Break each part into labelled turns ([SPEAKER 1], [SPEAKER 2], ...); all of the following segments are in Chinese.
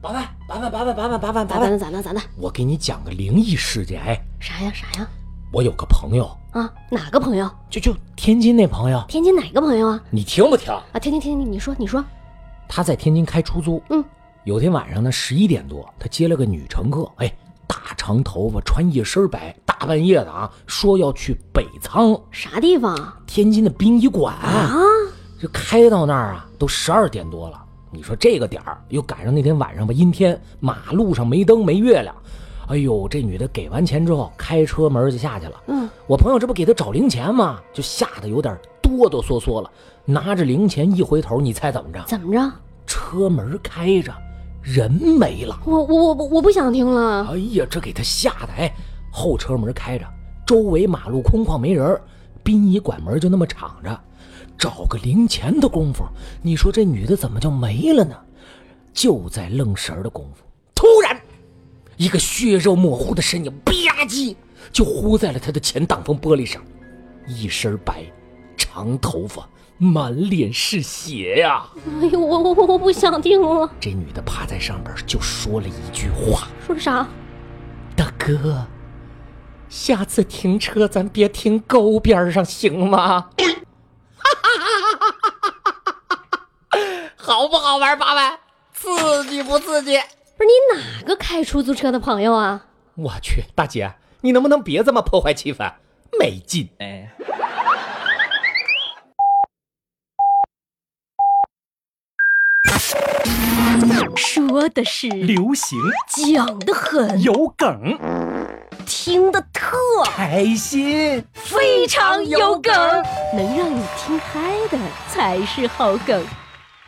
[SPEAKER 1] 八万，八万，八万，八万，八万，八
[SPEAKER 2] 咋的
[SPEAKER 1] 万！
[SPEAKER 2] 咋的咋的？
[SPEAKER 1] 我给你讲个灵异事件。哎，
[SPEAKER 2] 啥呀啥呀？
[SPEAKER 1] 我有个朋友，
[SPEAKER 2] 啊，哪个朋友？
[SPEAKER 1] 就就天津那朋友，
[SPEAKER 2] 天津哪个朋友啊？
[SPEAKER 1] 你听不听？
[SPEAKER 2] 啊，天津天津，你说你说，
[SPEAKER 1] 他在天津开出租。
[SPEAKER 2] 嗯，
[SPEAKER 1] 有天晚上呢，十一点多，他接了个女乘客，哎，大长头发，穿一身白，大半夜的啊，说要去北仓，
[SPEAKER 2] 啥地方啊？
[SPEAKER 1] 天津的殡仪馆，
[SPEAKER 2] 啊
[SPEAKER 1] 就开到那儿啊，都十二点多了。你说这个点儿又赶上那天晚上吧，阴天，马路上没灯没月亮，哎呦，这女的给完钱之后，开车门就下去了。
[SPEAKER 2] 嗯，
[SPEAKER 1] 我朋友这不给她找零钱吗？就吓得有点哆哆嗦嗦了，拿着零钱一回头，你猜怎么着？
[SPEAKER 2] 怎么着？
[SPEAKER 1] 车门开着，人没了。
[SPEAKER 2] 我我我不我不想听了。
[SPEAKER 1] 哎呀，这给他吓得，哎，后车门开着，周围马路空旷没人儿，殡仪馆门就那么敞着，找个零钱的功夫，你说这女的怎么就没了呢？就在愣神儿的功夫，突然，一个血肉模糊的身影吧唧就呼在了他的前挡风玻璃上，一身白，长头发，满脸是血呀、
[SPEAKER 2] 哎呦，我我我我不想听了。
[SPEAKER 1] 这女的趴在上边儿就说了一句话。
[SPEAKER 2] 说啥？
[SPEAKER 1] 大哥，下次停车咱别停沟边儿上，行吗？ 好不好玩，八万？刺激不刺激？
[SPEAKER 2] 不是你哪个开出租车的朋友啊？
[SPEAKER 1] 我去，大姐，你能不能别这么破坏气氛？没劲哎！
[SPEAKER 2] 说的是，
[SPEAKER 1] 流行
[SPEAKER 2] 讲的很，
[SPEAKER 1] 有梗，
[SPEAKER 2] 听的特
[SPEAKER 1] 开心。
[SPEAKER 2] 非常有梗，能让你听嗨的才是好梗。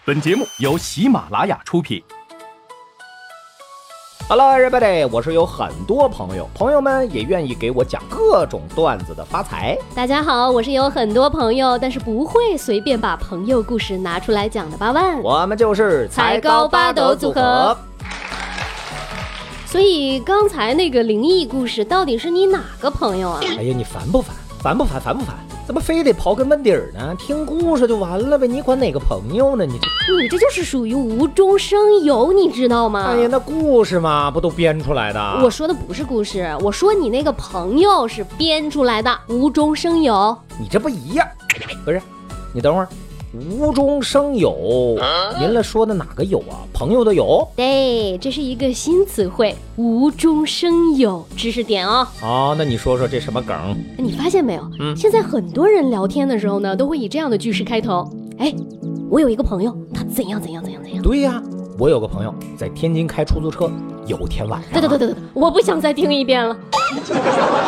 [SPEAKER 3] 本节目由喜马拉雅出品。
[SPEAKER 1] Hello everybody，我是有很多朋友，朋友们也愿意给我讲各种段子的发财。
[SPEAKER 2] 大家好，我是有很多朋友，但是不会随便把朋友故事拿出来讲的八万。
[SPEAKER 1] 我们就是
[SPEAKER 2] 才高八斗组合。所以刚才那个灵异故事到底是你哪个朋友啊？
[SPEAKER 1] 哎呀，你烦不烦？烦不烦？烦不烦？怎么非得刨根问底儿呢？听故事就完了呗，你管哪个朋友呢？你这，
[SPEAKER 2] 你这就是属于无中生有，你知道吗？
[SPEAKER 1] 哎呀，那故事嘛，不都编出来的？
[SPEAKER 2] 啊我说的不是故事，我说你那个朋友是编出来的，无中生有。
[SPEAKER 1] 你这不一样，不是？你等会儿，无中生有，您了说的哪个有啊？朋友的有
[SPEAKER 2] 对，这是一个新词汇，无中生有，知识点哦。
[SPEAKER 1] 啊？那你说说这什么梗？
[SPEAKER 2] 你发现没有？
[SPEAKER 1] 嗯
[SPEAKER 2] 现在很多人聊天的时候呢，都会以这样的句式开头。哎，我有一个朋友，他怎样怎样怎样怎样。
[SPEAKER 1] 对呀、我有个朋友在天津开出租车，有天晚上，
[SPEAKER 2] 对对对对对，我不想再听一遍了。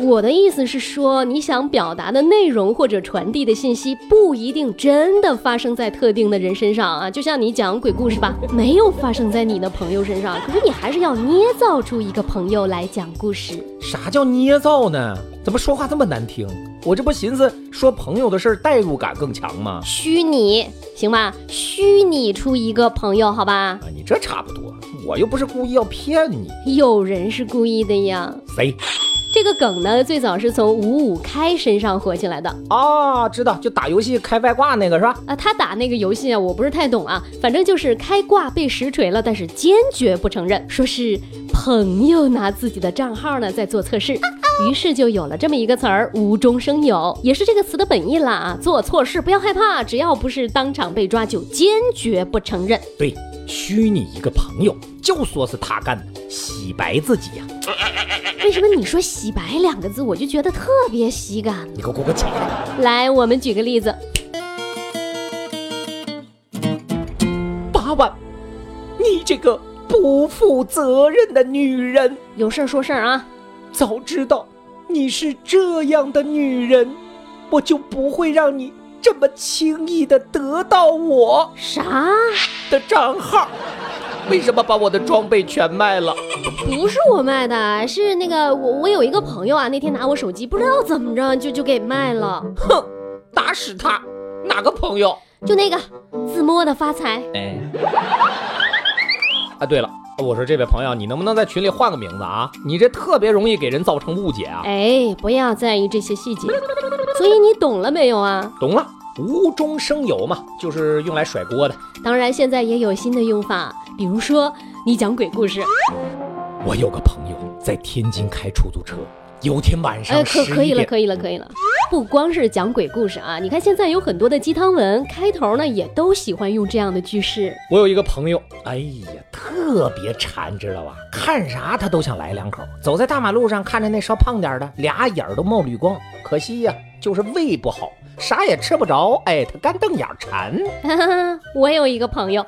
[SPEAKER 2] 我的意思是说，你想表达的内容或者传递的信息，不一定真的发生在特定的人身上啊。就像你讲鬼故事吧，没有发生在你的朋友身上，可是你还是要捏造出一个朋友来讲故事。
[SPEAKER 1] 啥叫捏造呢？怎么说话这么难听？我这不寻思说朋友的事儿代入感更强吗？
[SPEAKER 2] 虚拟行吧，虚拟出一个朋友好吧？
[SPEAKER 1] 啊，你这差不多，我又不是故意要骗你。
[SPEAKER 2] 有人是故意的呀。
[SPEAKER 1] 谁
[SPEAKER 2] 这个梗呢，最早是从五五开身上火起来的
[SPEAKER 1] 啊？知道，就打游戏开外挂那个是吧？
[SPEAKER 2] 啊。他打那个游戏啊，我不是太懂啊，反正就是开挂被实锤了，但是坚决不承认，说是朋友拿自己的账号呢在做测试。于是就有了这么一个词儿“无中生有”，也是这个词的本意啦啊。做错事不要害怕，只要不是当场被抓，就坚决不承认。
[SPEAKER 1] 对，虚拟一个朋友，就说是他干的，洗白自己呀、
[SPEAKER 2] 为什么你说“洗白”两个字，我就觉得特别喜感呢？
[SPEAKER 1] 你给我给我讲，
[SPEAKER 2] 来，我们举个例子，
[SPEAKER 1] 八万，你这个不负责任的女人，
[SPEAKER 2] 有事儿说事儿啊。
[SPEAKER 1] 早知道你是这样的女人，我就不会让你这么轻易的得到我
[SPEAKER 2] 啥？
[SPEAKER 1] 的账号。为什么把我的装备全卖了？
[SPEAKER 2] 不是我卖的，是那个我我有一个朋友啊，那天拿我手机，不知道怎么着就就给卖了，
[SPEAKER 1] 哼，打死他！哪个朋友？
[SPEAKER 2] 就那个自摸的发财，
[SPEAKER 1] 哎啊，对了，我说这位朋友，你能不能在群里换个名字啊？你这特别容易给人造成误解啊。
[SPEAKER 2] 哎，不要在意这些细节。所以你懂了没有啊？
[SPEAKER 1] 懂了，无中生有嘛，就是用来甩锅的。
[SPEAKER 2] 当然，现在也有新的用法，比如说你讲鬼故事，
[SPEAKER 1] 我有个朋友在天津开出租车，有天晚
[SPEAKER 2] 哎，
[SPEAKER 1] 上
[SPEAKER 2] 可
[SPEAKER 1] 十
[SPEAKER 2] 可以
[SPEAKER 1] 一
[SPEAKER 2] 了，
[SPEAKER 1] 点，嗯
[SPEAKER 2] 可以了，可以了。不光是讲鬼故事啊，你看现在有很多的鸡汤文开头呢，也都喜欢用这样的句式。
[SPEAKER 1] 我有一个朋友，哎呀，特别馋，知道吧？看啥他都想来两口。走在大马路上，看着那稍胖点儿的，俩眼儿都冒绿光，可惜呀、就是胃不好，啥也吃不着。哎，他干瞪眼儿馋。
[SPEAKER 2] 我有一个朋友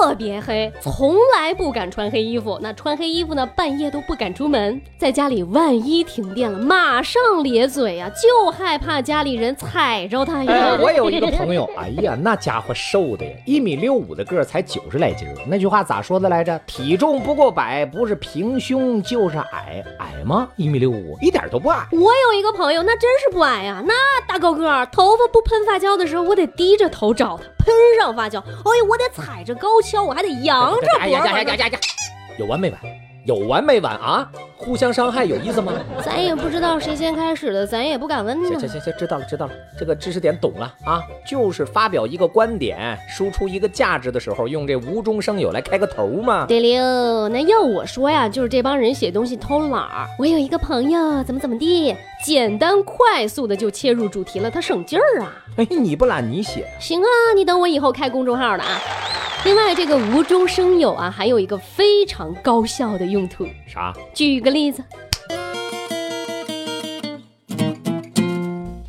[SPEAKER 2] 特别黑，从来不敢穿黑衣服。那穿黑衣服呢，半夜都不敢出门，在家里万一停电了，马上咧嘴呀、就害怕家里人踩着他
[SPEAKER 1] 哎，
[SPEAKER 2] 呀。
[SPEAKER 1] 我有一个朋友，哎呀，那家伙瘦的呀，一米六五的个儿，才九十来斤儿。那句话咋说的来着？体重不过百，不是平胸就是矮。矮吗？一米六五，一点儿都不矮。
[SPEAKER 2] 我有一个朋友，那真是不矮呀、那大高个儿，头发不喷发胶的时候，我得低着头找他；喷上发胶，哎呦，我得踩着高跷，我还得扬着
[SPEAKER 1] 哎
[SPEAKER 2] 脖
[SPEAKER 1] 呀
[SPEAKER 2] 子。
[SPEAKER 1] 呀呀呀呀！有完没完？有完没完啊？互相伤害有意思吗？
[SPEAKER 2] 咱也不知道谁先开始的，咱也不敢问
[SPEAKER 1] 行
[SPEAKER 2] 呢
[SPEAKER 1] 行。行行，知道了知道了，这个知识点懂了啊，就是发表一个观点，输出一个价值的时候，用这无中生有来开个头嘛。
[SPEAKER 2] 得溜，那要我说呀，就是这帮人写东西偷懒儿。我有一个朋友，怎么怎么地，简单快速的就切入主题了，他省劲儿啊。
[SPEAKER 1] 哎，你不懒你写，
[SPEAKER 2] 行啊，你等我以后开公众号了啊。另外，这个无中生有啊，还有一个非常高效的用途。
[SPEAKER 1] 啥？
[SPEAKER 2] 举个例子，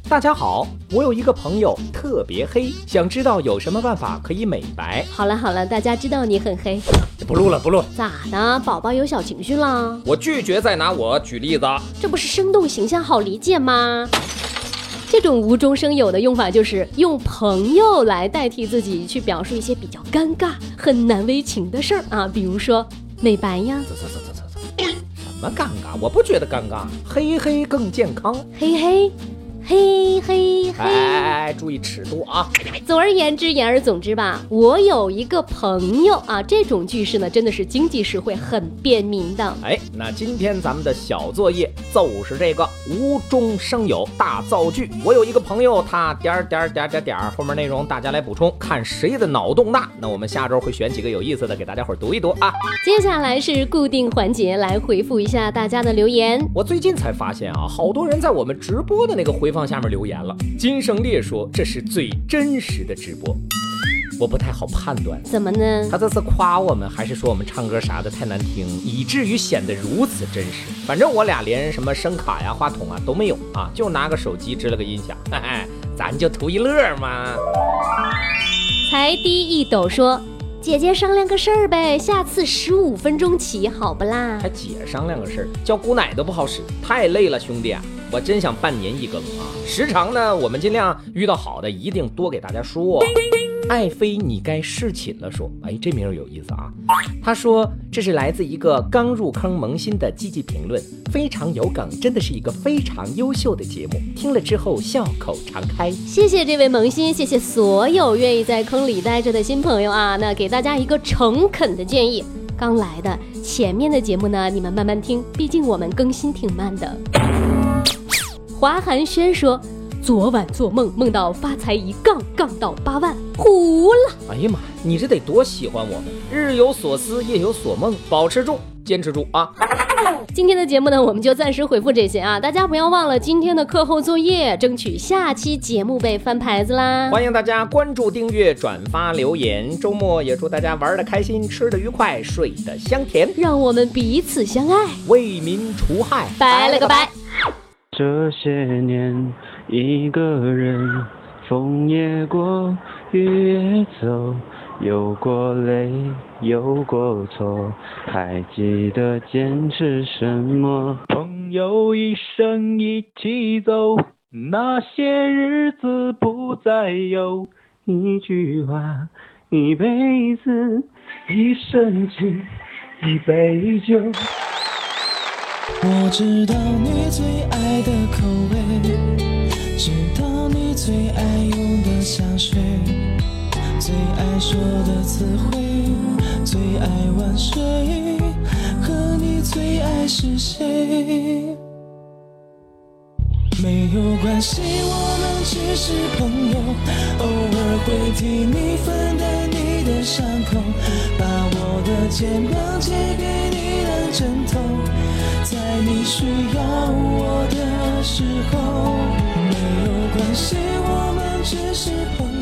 [SPEAKER 1] 大家好，我有一个朋友特别黑，想知道有什么办法可以美白。
[SPEAKER 2] 好了好了，大家知道你很黑，
[SPEAKER 1] 不录了不录了，
[SPEAKER 2] 咋的？宝宝有小情绪啦？
[SPEAKER 1] 我拒绝再拿我举例子。
[SPEAKER 2] 这不是生动形象好理解吗？这种无中生有的用法，就是用朋友来代替自己，去表述一些比较尴尬、很难为情的事儿啊，比如说美白呀，
[SPEAKER 1] 走走走走走走，什么尴尬？我不觉得尴尬，黑黑更健康。
[SPEAKER 2] 嘿嘿，嘿嘿
[SPEAKER 1] 哎哎
[SPEAKER 2] 嘿。
[SPEAKER 1] 哎哎，注意尺度啊！
[SPEAKER 2] 总而言之，言而总之吧，我有一个朋友啊，这种句式呢，真的是经济实惠，很便民的。
[SPEAKER 1] 哎，那今天咱们的小作业就是这个无中生有大造句。我有一个朋友，他点儿点儿点儿点儿点儿，后面内容大家来补充，看谁的脑洞大。那我们下周会选几个有意思的给大家伙儿读一读啊。
[SPEAKER 2] 接下来是固定环节，来回复一下大家的留言。
[SPEAKER 1] 我最近才发现啊，好多人在我们直播的那个回放下面留言了。金胜烈说这是最真实的直播，我不太好判断。
[SPEAKER 2] 怎么呢？
[SPEAKER 1] 他这是夸我们，还是说我们唱歌啥的太难听，以至于显得如此真实？反正我俩连什么声卡呀、话筒啊都没有啊，就拿个手机支了个音响， 嘿嘿，咱就图一乐嘛。
[SPEAKER 2] 才低一抖说：“姐姐商量个事儿呗，下次十五分钟起，好不啦
[SPEAKER 1] 还姐商量个事儿，叫姑奶都不好使，太累了，兄弟啊！我真想半年一更啊！时常呢，我们尽量遇到好的，一定多给大家说。爱妃，你该侍寝了。说，哎，这名儿有意思啊。他说这是来自一个刚入坑萌新的积极评论，非常有梗，真的是一个非常优秀的节目，听了之后笑口常开。？”
[SPEAKER 2] 谢谢这位萌新，谢谢所有愿意在坑里待着的新朋友啊！那给大家一个诚恳的建议，刚来的前面的节目呢，你们慢慢听，毕竟我们更新挺慢的。华寒轩说。昨晚做梦，梦到发财一杠杠到八万，糊了。
[SPEAKER 1] 哎呀妈，呀，你这得多喜欢我们！日有所思，夜有所梦，保持住，坚持住啊！
[SPEAKER 2] 今天的节目呢，我们就暂时回复这些啊，大家不要忘了今天的课后作业，争取下期节目被翻牌子啦。
[SPEAKER 1] 欢迎大家关注、订阅、转发、留言。周末也祝大家玩的开心，吃的愉快，睡得香甜，
[SPEAKER 2] 让我们彼此相爱，
[SPEAKER 1] 为民除害。
[SPEAKER 2] 拜了个拜。
[SPEAKER 4] 这些年，一个人，风也过，雨也走，有过泪，有过错，还记得坚持什么？朋友一生一起走，那些日子不再有。一句话，一辈子，一生情，一杯酒。
[SPEAKER 5] 我知道你最爱的口味，知道你最爱用的香水，最爱说的词汇，最爱玩水，和你最爱是谁？没有关系，我们只是朋友，偶尔会替你分担你的伤口，把我的肩膀借给你当枕头，在你需要我的时候。没有关系，我们只是朋友。